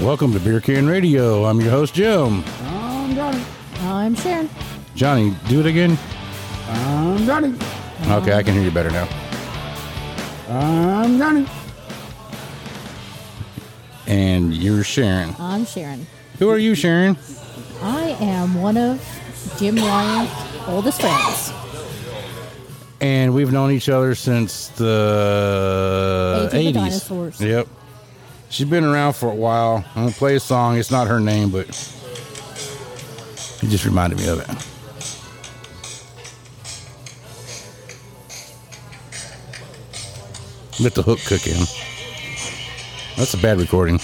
Welcome to Beer Can Radio. I'm your host, Jim. I'm Johnny. I'm Sharon. Johnny, do it again. I'm Johnny. Okay, I can hear you better now. I'm Johnny. And you're Sharon. I'm Sharon. Who are you, Sharon? I am one of Jim Ryan's oldest friends. And we've known each other since the Age of the 80s. dinosaurs. Yep. She's been around for a while. I'm going to play a song. It's not her name, but it just reminded me of it. Let the hook cook in. That's a bad recording.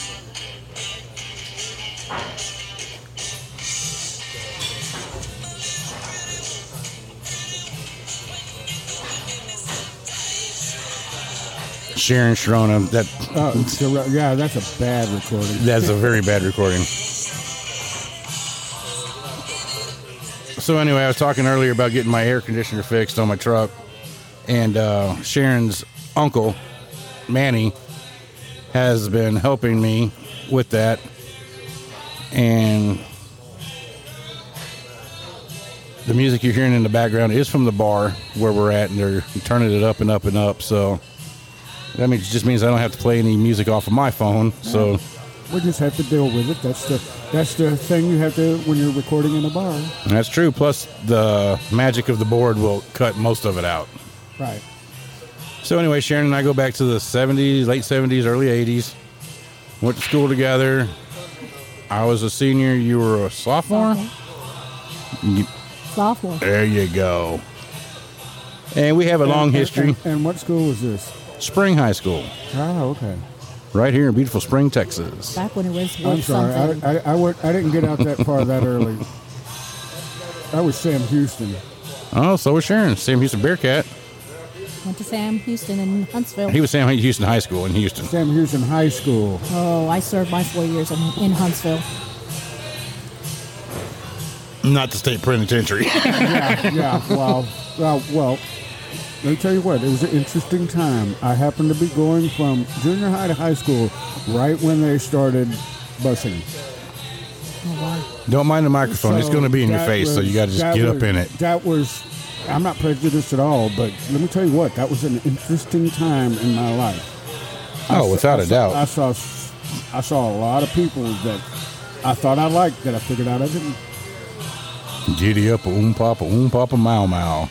Sharon Sharona, that Oh, it's a re- yeah, that's a bad recording. That's a very bad recording. So anyway, I was talking earlier about getting my air conditioner fixed on my truck, and uh, Sharon's uncle, Manny, has been helping me with that, and the music you're hearing in the background is from the bar where we're at, and they're turning it up and up and up. So that means just means I don't have to play any music off of my phone. So. We just have to deal with it. That's the that's the thing you have to when you're recording in a bar. That's true. Plus, the magic of the board will cut most of it out. Right. So, anyway, Sharon and I go back to the 70s, late 70s, early 80s. Went to school together. I was a senior. You were a sophomore. Uh. Okay. You- Eh. Sophomore. there you go. And we have a long And- history. And, and what school was this? Spring High School, Oh, okay. right here in beautiful Spring, Texas. Back when it was I'm worth sorry. something. I, I, I, went, I didn't get out that far that early. I was Sam Houston. Oh, so was Sharon. Sam Houston Bearcat. Went to Sam Houston in Huntsville. He was Sam Houston High School in Houston. Sam Houston High School. oh, I served my four years in, in Huntsville. Not the state penitentiary. yeah, yeah. Well, well, well. Let me tell you what. It was an interesting time. I happened to be going from junior high to high school right when they started busing. Oh, wow. Don't mind the microphone. it's So going to be in your that face, so was- you got to just that get up was- in it. That was. I'm not prejudiced at all, but let me tell you what. That was an interesting time in my life. I Oh, s- without I a saw- doubt. I saw. s- I saw a lot of people that I thought I liked that I figured out I didn't. Giddy up, oom papa, oom papa, mau mau.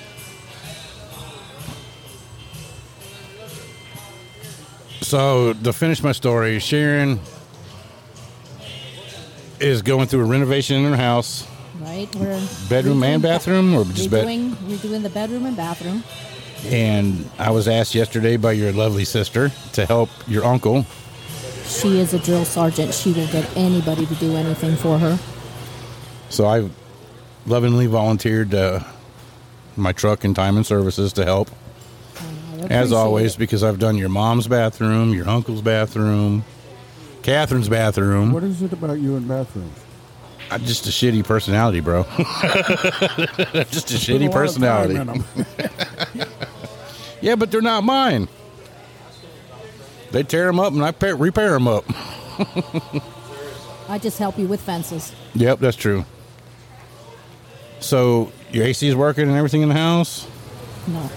So to finish my story, Sharon is going through a renovation in her house, Right? We're bedroom and bathroom, or just bed. Redoing, redoing the bedroom and bathroom. And I was asked yesterday by your lovely sister to help your uncle. She is a drill sergeant. She will get anybody to do anything for her. So I lovingly volunteered uh, my truck and time and services to help. I As appreciate always, it. because I've done your mom's bathroom, your uncle's bathroom, Catherine's bathroom. What is it about you in bathrooms? I'm just a shitty personality, bro. just a Put a lot shitty of time personality. in 'em. Yeah, but they're not mine. They tear them up and I pa- repair them up. I just help you with fences. Yep, that's true. So your AC is working and everything in the house. No.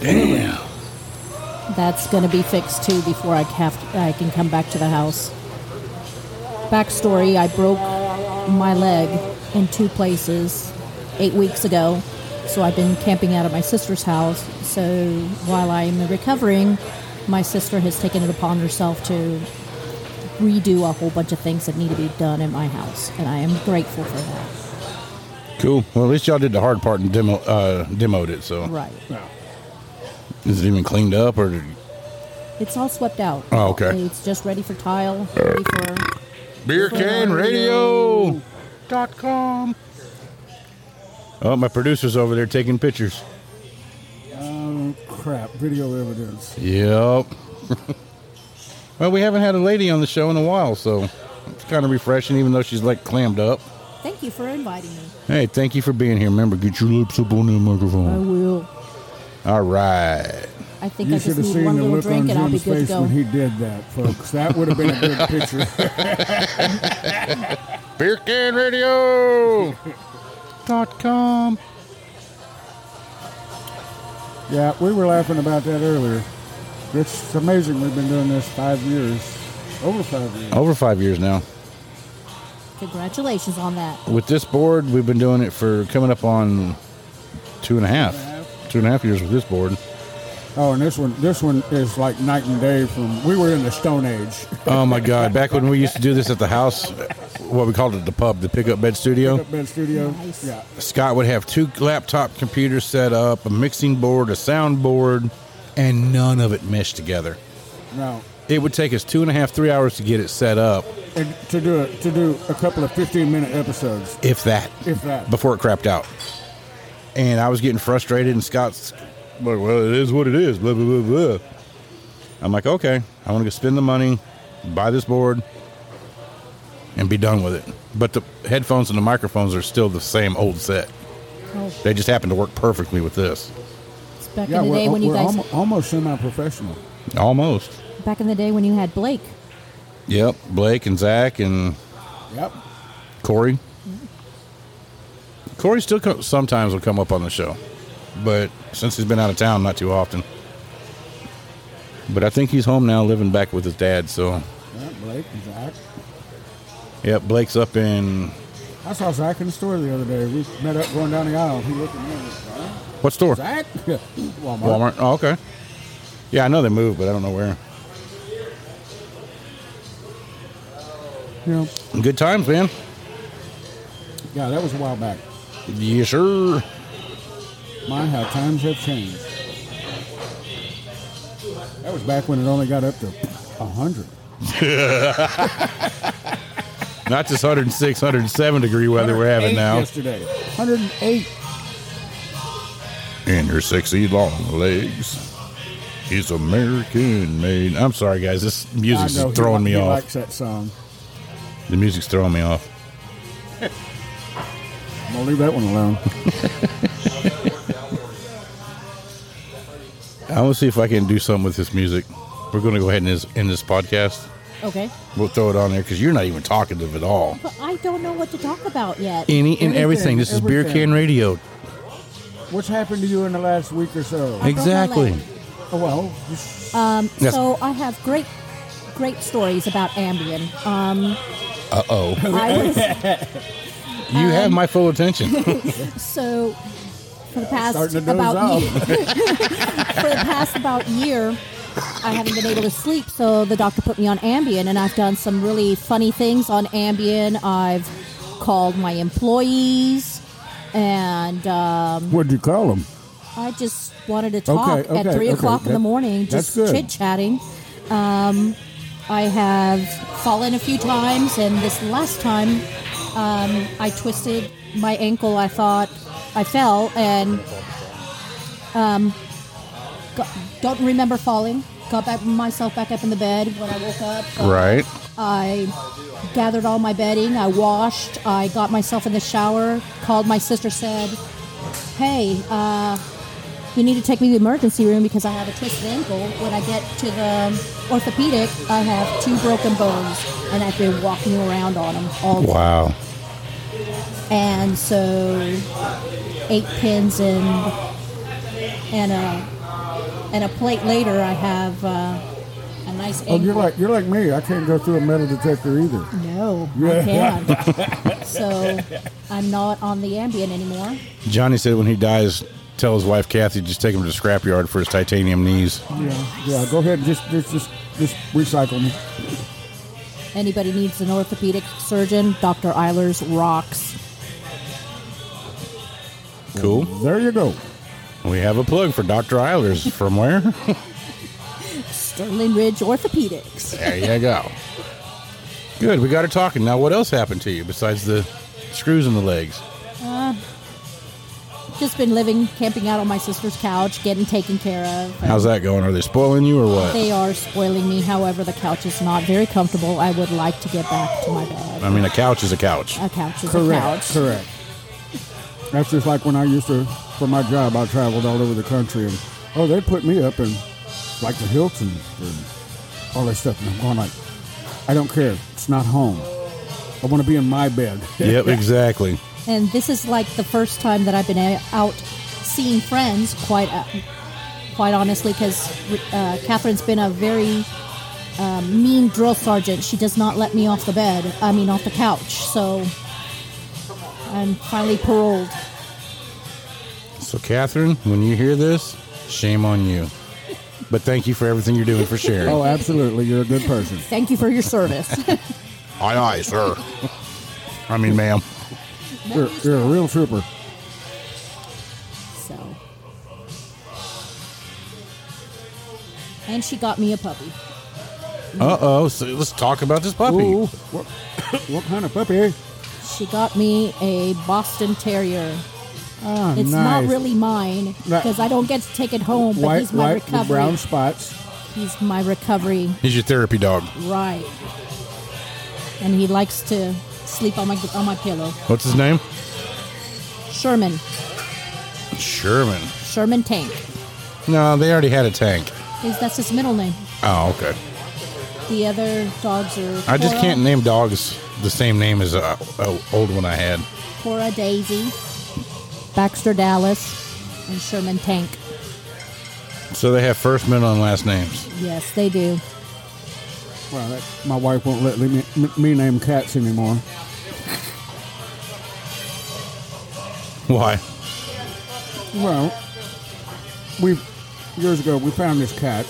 Damn. That's going to be fixed too before I, have I can come back to the house. Backstory I broke my leg in two places eight weeks ago. So I've been camping out at my sister's house. So while I'm recovering, my sister has taken it upon herself to redo a whole bunch of things that need to be done in my house. And I am grateful for that. Cool. Well, at least y'all did the hard part and demo uh, demoed it. So Right. is it even cleaned up or It's all swept out. Oh, okay. It's just ready for tile, ready for Beer Can Radio dot com. Oh, my producer's over there taking pictures. Oh crap! Video evidence. Yep. well, we haven't had a lady on the show in a while, so it's kind of refreshing, even though she's like clammed up. Thank you for inviting me. Hey, thank you for being here. Remember, get your lips up on that I microphone. will. All right. I think You I should just have need one seen the little look on drink and I'll be Jim's good to face go. when he did that, folks. That would have been a good picture. Beer Can Radio dot com. Yeah, we were laughing about that earlier. It's amazing we've been doing this five years, over five years. Over five years now. Congratulations on that. With this board, we've been doing it for coming up on two and a half, two and a half years with this board. Oh, and this one, this one is like night and day from we were in the Stone Age. Oh my God! Back when we used to do this at the house, what we called it the pub, the pickup bed studio. Bed studio. Nice. Yeah. Scott would have two laptop computers set up, a mixing board, a sound board, and none of it meshed together. No. It would take us two and a half, three hours to get it set up, And to do it, to do a couple of fifteen-minute episodes, if that, if that. before it crapped out. And I was getting frustrated, and Scott's like, "Well, it is what it is." Blah blah blah blah. I'm like, "Okay, I want to go spend the money, buy this board, and be done with it." But the headphones and the microphones are still the same old set. Oh, They just happen to work perfectly with this. it's back Yeah, in the we're, day when you we're guys, almo- almost semi-professional. Almost. back in the day when you had Blake. Yep. Blake and Zach and Yep. Corey. Corey still co- sometimes will come up on the show, but since he's been out of town, not too often. But I think he's home now, living back with his dad. So, Yeah, Blake and Zach. yep, Blake's up in I saw Zach in the store the other day. We met up going down the aisle. He looked at me and was like, "Huh? what store? Zach? Walmart. Walmart. Oh, okay. Yeah, I know they moved, but I don't know where. Yeah. Good times, man. yeah, that was a while back. Yes, sir. My, how times have changed. That was back when it only got up to 100. Not this 106, 107 degree weather we're having 108 now. Yesterday. 108. and your sexy long legs. He's American made. I'm sorry, guys. This music's I know just he throwing li- me he off. likes that song. The music's throwing me off. I'm going to leave that one alone. I want to see if I can do something with this music. We're going to go ahead and this, end this podcast. Okay. We'll throw it on there because you're not even talkative at all. But I don't know what to talk about yet. Any and everything. Anything, This is Beer everything. Can Radio. What's happened to you in the last week or so? Hey. Exactly. Oh, well, just- Um, Yes. So I have great, great stories about Ambien. Um, Uh oh. I was, You have my full attention. So for the past starting to doze about off. year, for the past about year, I haven't been able to sleep. So the doctor put me on Ambien, and I've done some really funny things on Ambien. I've called my employees, and um, what'd you call him? I just wanted to talk Okay, at okay, three okay. o'clock in That- the morning, that's just good. chit chatting. Um, I have fallen a few times, and this last time um, I twisted my ankle. I thought I fell and um, got, don't remember falling. Got back myself back up in the bed when I woke up. right. I gathered all my bedding. I washed. I got myself in the shower. Called my sister. Said, "Hey, uh, you need to take me to the emergency room because I have a twisted ankle. When I get to the orthopedic, I have two broken bones, and I've been walking around on them all day." Wow. and so eight pins and and a and a plate later, I have uh, a nice. Oh, you're ankle- like, you're like me. I can't go through a metal detector either. no, I can't. so I'm not on the Ambien anymore. Johnny said when he dies, tell his wife Kathy just take him to the scrapyard for his titanium knees. Yeah, yeah. Go ahead and just, just, just, just recycle me. Anybody needs an orthopedic surgeon, Dr. Eilers rocks. Cool. There you go. We have a plug for Dr. Eilers. From where? Sterling Ridge Orthopedics. There you go. Good. We got her talking. Now, what else happened to you besides the screws in the legs? Just been living, camping out on my sister's couch, getting taken care of. How's that going? Are they spoiling you or what? They are spoiling me. However, the couch is not very comfortable. I would like to get back to my bed. I mean, a couch is a couch. A couch is a couch. Correct. Correct. That's just like when I used to, for my job, I traveled all over the country, and oh, they put me up in like the Hilton and all that stuff. And I'm going like, I don't care. It's not home. I want to be in my bed. Yep, exactly. And this is like the first time that I've been a- out seeing friends, quite uh, quite honestly, because uh, Catherine's been a very um, mean drill sergeant. She does not let me off the bed, I mean, off the couch. So I'm finally paroled. So, Catherine, when you hear this, shame on you. But thank you for everything you're doing for sharing. oh, absolutely. You're a good person. Thank you for your service. Aye, aye, sir. I mean, ma'am. You're, you're a real trooper. so. And she got me a puppy. Uh oh. So let's talk about this puppy. Ooh, what, what kind of puppy? She got me a Boston Terrier. Ah, It's nice. not really mine That- because I don't get to take it home, but white, he's my white recovery. with brown spots. He's my recovery, He's your therapy dog. right? And he likes to sleep on my on my pillow. What's his name? Sherman, Sherman. Sherman Tank. No, they already had a tank. Is that's his middle name? Oh, okay. The other dogs are. I just Cora, can't name dogs the same name as a, a old one I had. Cora Daisy, Baxter Dallas, and Sherman Tank. So they have first, middle, and last names. Yes, they do. Well, that, my wife won't let me, me name cats anymore. Why? Well, we years ago we found this cat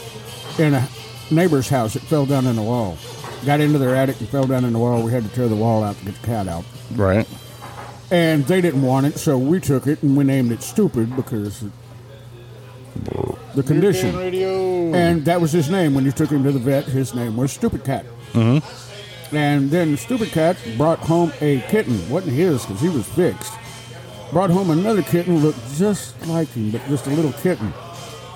in a neighbor's house. It fell down in the wall. Got into their attic and fell down in the wall. We had to tear the wall out to get the cat out. Right. And they didn't want it, so we took it and we named it Stupid because it- the condition. Radio. And that was his name when you took him to the vet. His name was Stupid Cat. Mm-hmm. And then Stupid Cat brought home a kitten. wasn't his because he was fixed. Brought home another kitten looked just like him, but just a little kitten.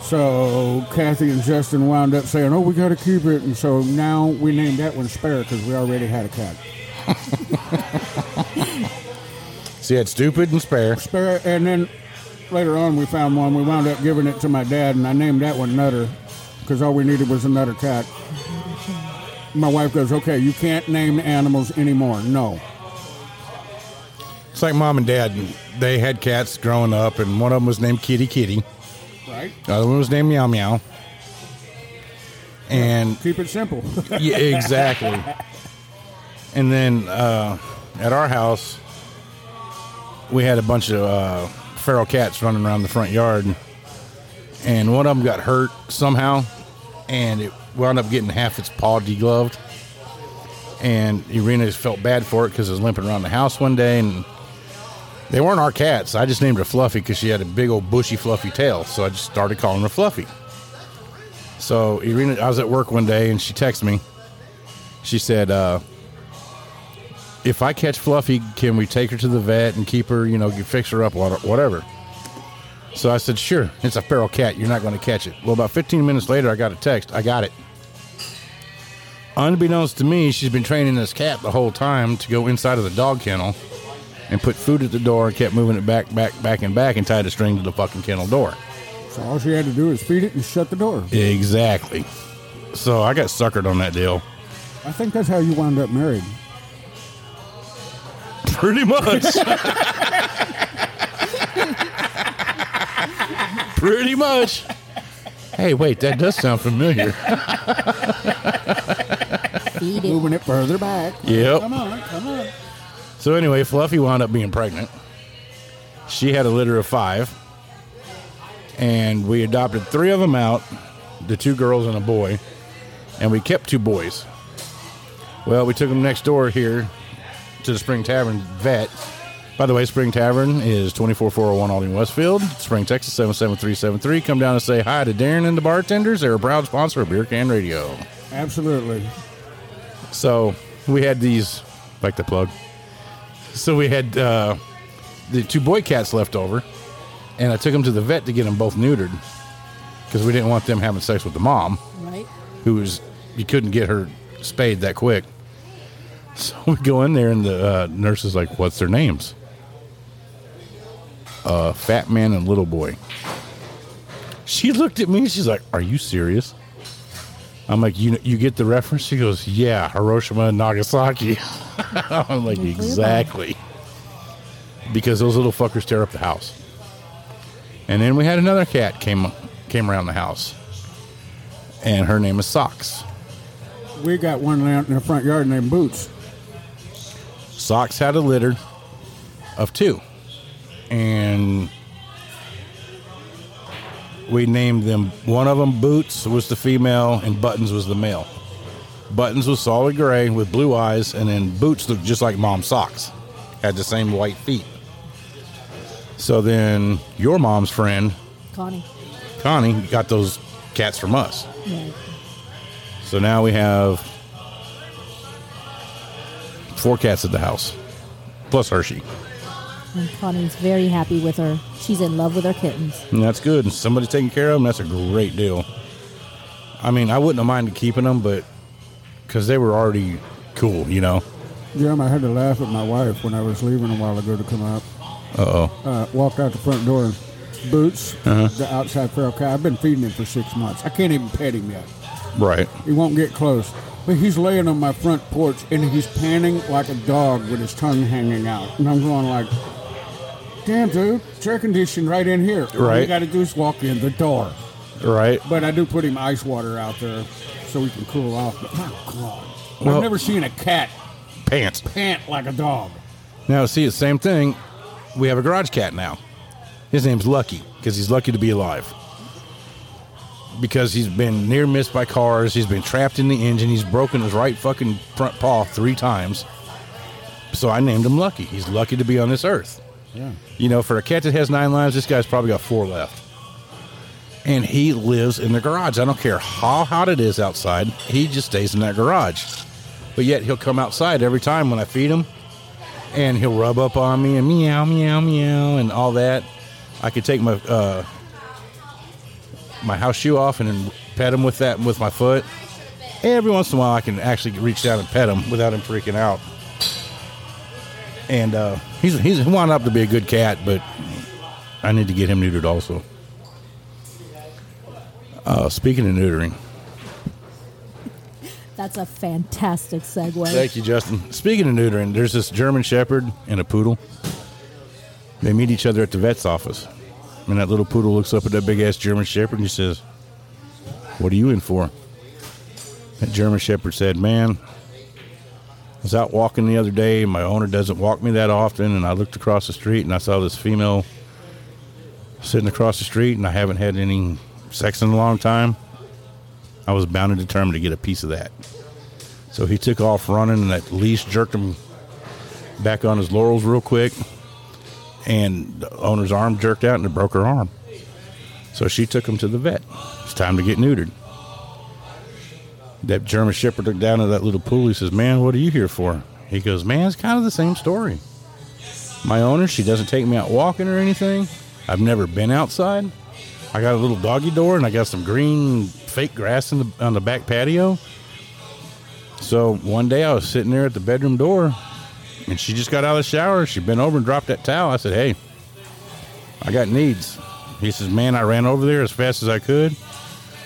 So Kathy and Justin wound up saying, "Oh, we got to keep it," and so now we named that one Spare because we already had a cat. So you had stupid and spare. Spare, and then later on we found one. We wound up giving it to my dad, and I named that one Nutter because all we needed was another cat. My wife goes, "Okay, you can't name animals anymore." No, It's like mom and dad. They had cats growing up, and one of them was named Kitty Kitty. right? The other one was named Meow Meow. And Keep it simple. yeah, exactly. and then uh, at our house, we had a bunch of uh, feral cats running around the front yard, and one of them got hurt somehow, and it wound up getting half its paw degloved. And Irina just felt bad for it because it was limping around the house one day, and they weren't our cats. I just named her Fluffy because she had a big old bushy fluffy tail, so I just started calling her Fluffy. So Irina, I was at work one day and she texted me. She said, uh, "If I catch Fluffy, can we take her to the vet and keep her? You know, fix her up, what- whatever." So I said, "Sure. It's a feral cat. You're not going to catch it." Well, about 15 minutes later, I got a text. I got it. Unbeknownst to me, she's been training this cat the whole time to go inside of the dog kennel and put food at the door and kept moving it back, back, back, and back and tied a string to the fucking kennel door. so all she had to do is feed it and shut the door. Exactly. So I got suckered on that deal. I think that's how you wound up married. Pretty much. Pretty much. Hey, wait, that does sound familiar. Feed it. Moving it further back. Come Yep. on, come on. So anyway, Fluffy wound up being pregnant. She had a litter of five, and we adopted three of them out, the two girls and a boy, and we kept two boys. Well, we took them next door here to the Spring Tavern vet. By the way, Spring Tavern is 24401 Alding Westfield, Spring, Texas 77373. Come down and say hi to Darren and the bartenders. They're a proud sponsor of Beer Can Radio. Absolutely. So we had these, like the plug. So we had uh, the two boy cats left over, and I took them to the vet to get them both neutered because we didn't want them having sex with the mom, Right? who was you couldn't get her spayed that quick. So we go in there, and the uh, nurse is like, "What's their names?" Uh, Fat Man and Little Boy. She looked at me. She's like, "Are you serious?" I'm like, you you get the reference? He goes, yeah, Hiroshima and Nagasaki. I'm like, exactly. Because those little fuckers tear up the house. And then we had another cat came came around the house, and her name is Socks. We got one out in the front yard named Boots. Socks had a litter of two, and we named them. One of them, Boots, was the female, and Buttons was the male. Buttons was solid gray with blue eyes, and then Boots looked just like Mom's socks, had the same white feet. So then your mom's friend, Connie. Connie, got those cats from us. Yeah. So now we have four cats at the house, plus Hershey. And Connie's very happy with her. She's in love with her kittens. And that's good. And somebody's taking care of them. That's a great deal. I mean, I wouldn't have minded keeping them, but because they were already cool, you know. Jim, I had to laugh at my wife when I was leaving a while ago to come out. Uh oh. Uh, walked out the front door and Boots, Uh-huh. the outside feral cat, I've been feeding him for six months. I can't even pet him yet. Right. He won't get close. But he's laying on my front porch and he's panting like a dog with his tongue hanging out. And I'm going like, damn, dude, it's air conditioned right in here. All you Right. got to do is walk in the door. Right. But I do put him ice water out there so he can cool off. But my God, Well- I've never seen a cat Pants. pant like a dog. Now, see, it's the same thing. We have a garage cat now. His name's Lucky because he's lucky to be alive. Because he's been near missed by cars, he's been trapped in the engine, he's broken his right fucking front paw three times. So I named him Lucky. He's lucky to be on this earth. Yeah. You know, for a cat that has nine lives, this guy's probably got four left. And he lives in the garage. I don't care how hot it is outside, he just stays in that garage. But yet he'll come outside every time when I feed him and he'll rub up on me and meow, meow, meow, and all that. I could take my uh, my house shoe off and pet him with that with my foot. Every once in a while, I can actually reach down and pet him without him freaking out and uh, he's he's he wound up to be a good cat, but I need to get him neutered also. Uh, speaking of neutering, That's a fantastic segue. thank you, Justin. Speaking of neutering, there's this German Shepherd and a poodle. They meet each other at the vet's office, and that little poodle looks up at that big ass German Shepherd and he says, "What are you in for?" That German Shepherd said, "Man." I was out walking the other day. My owner doesn't walk me that often, and I looked across the street and I saw this female sitting across the street, and I haven't had any sex in a long time. I was bound and determined to get a piece of that. So he took off running, and that leash jerked him back on his laurels real quick. And the owner's arm jerked out, and it broke her arm. So she took him to the vet. It's time to get neutered. That German Shepherd looked down at that little pool. He says, Man, what are you here for? He goes, Man, it's kind of the same story. My owner, she doesn't take me out walking or anything. I've never been outside. I got a little doggy door and I got some green fake grass in the, on the back patio. So one day I was sitting there at the bedroom door and she just got out of the shower. She bent over and dropped that towel. I said, Hey, I got needs. He says, Man, I ran over there as fast as I could.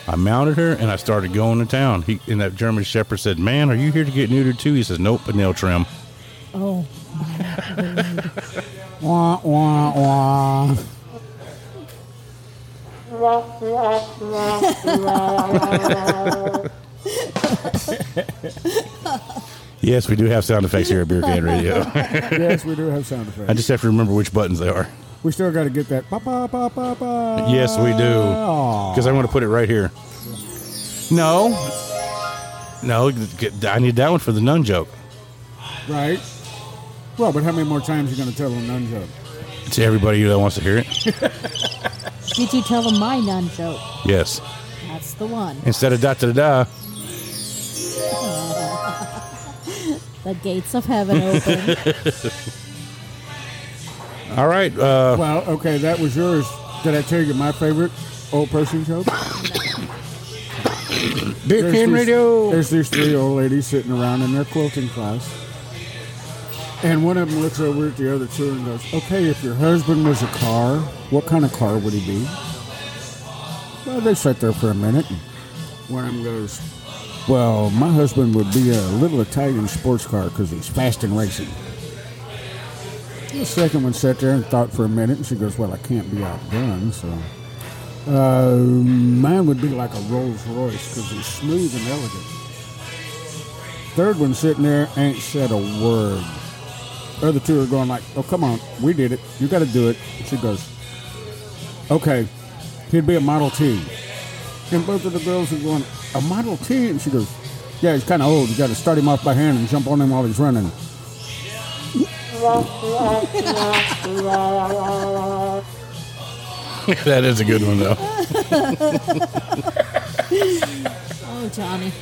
I mounted her and I started going to town. He and that German Shepherd said, "Man, are you here to get neutered too?" He says, "Nope, a nail trim." Oh, Wah, wah, wah. Yes, we do have sound effects here at Beer Can Radio. yes, we do have sound effects. I just have to remember which buttons they are. We still got to get that. Ba, ba, ba, ba, ba. Yes, we do, Aw. because I want to put it right here. No, no, get- I need that one for the nun joke. Right? Well, but how many more times are you going to tell them nun joke? To everybody that wants to hear it, did you tell them my nun joke? yes. That's the one. Instead of da da da, The gates of heaven open. all right. Uh, Well, okay, that was yours. Did I tell you my favorite old person joke? Beer Can these- Radio. There's these three old ladies sitting around in their quilting class. And one of them looks over at the other two and goes, Okay, if your husband was a car, what kind of car would he be? Well, they sat there for a minute. And one of them goes, Well, my husband would be a little Italian sports car because he's fast and racing. The second one sat there and thought for a minute, and she goes, "Well, I can't be outdone, so." Uh, mine would be like a Rolls Royce because it's smooth and elegant. Third one sitting there ain't said a word. Other two are going like, "Oh, come on, we did it. You got to do it." She goes, "Okay, he'd be a Model T." And both of the girls are going, "A Model T?" And she goes, "Yeah, he's kind of old. You got to start him off by hand and jump on him while he's running." that is a good one though. All Oh, Johnny.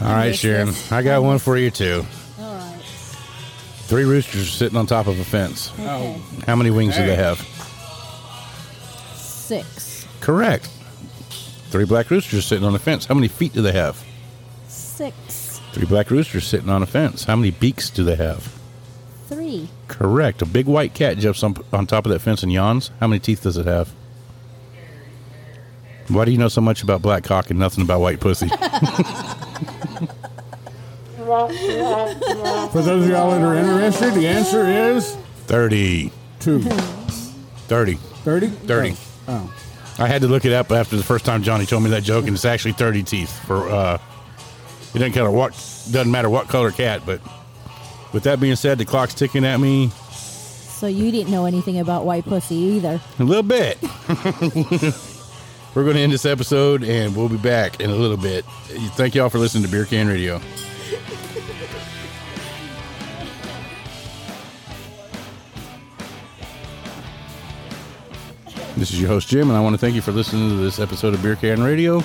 right, missed Sharon, this. I got one for you too. All right. Three roosters sitting on top of a fence. Okay. How many wings do they have? Six. Correct. Three black roosters sitting on a fence. How many feet do they have? Six. Three black roosters sitting on a fence. How many beaks do they have? Three. Correct. A big white cat jumps on, on top of that fence and yawns. How many teeth does it have? Why do you know so much about black cock and nothing about white pussy? For those of y'all that are interested, the answer is 30. two. 30. 30? 30. Oh. I had to look it up after the first time Johnny told me that joke, and it's actually 30 teeth for, uh, it doesn't, color what, doesn't matter what color cat, but with that being said, the clock's ticking at me So you didn't know anything about white pussy either. a little bit. We're going to end this episode, and we'll be back in a little bit. Thank y'all for listening to Beer Can Radio. This is your host, Jim, and I want to thank you for listening to this episode of Beer Can Radio.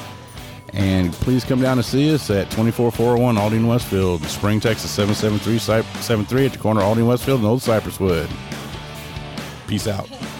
And please come down and see us at 24401 Aldine Westfield, Spring, Texas 773 at the corner of Aldine Westfield and Old Cypresswood. Peace out.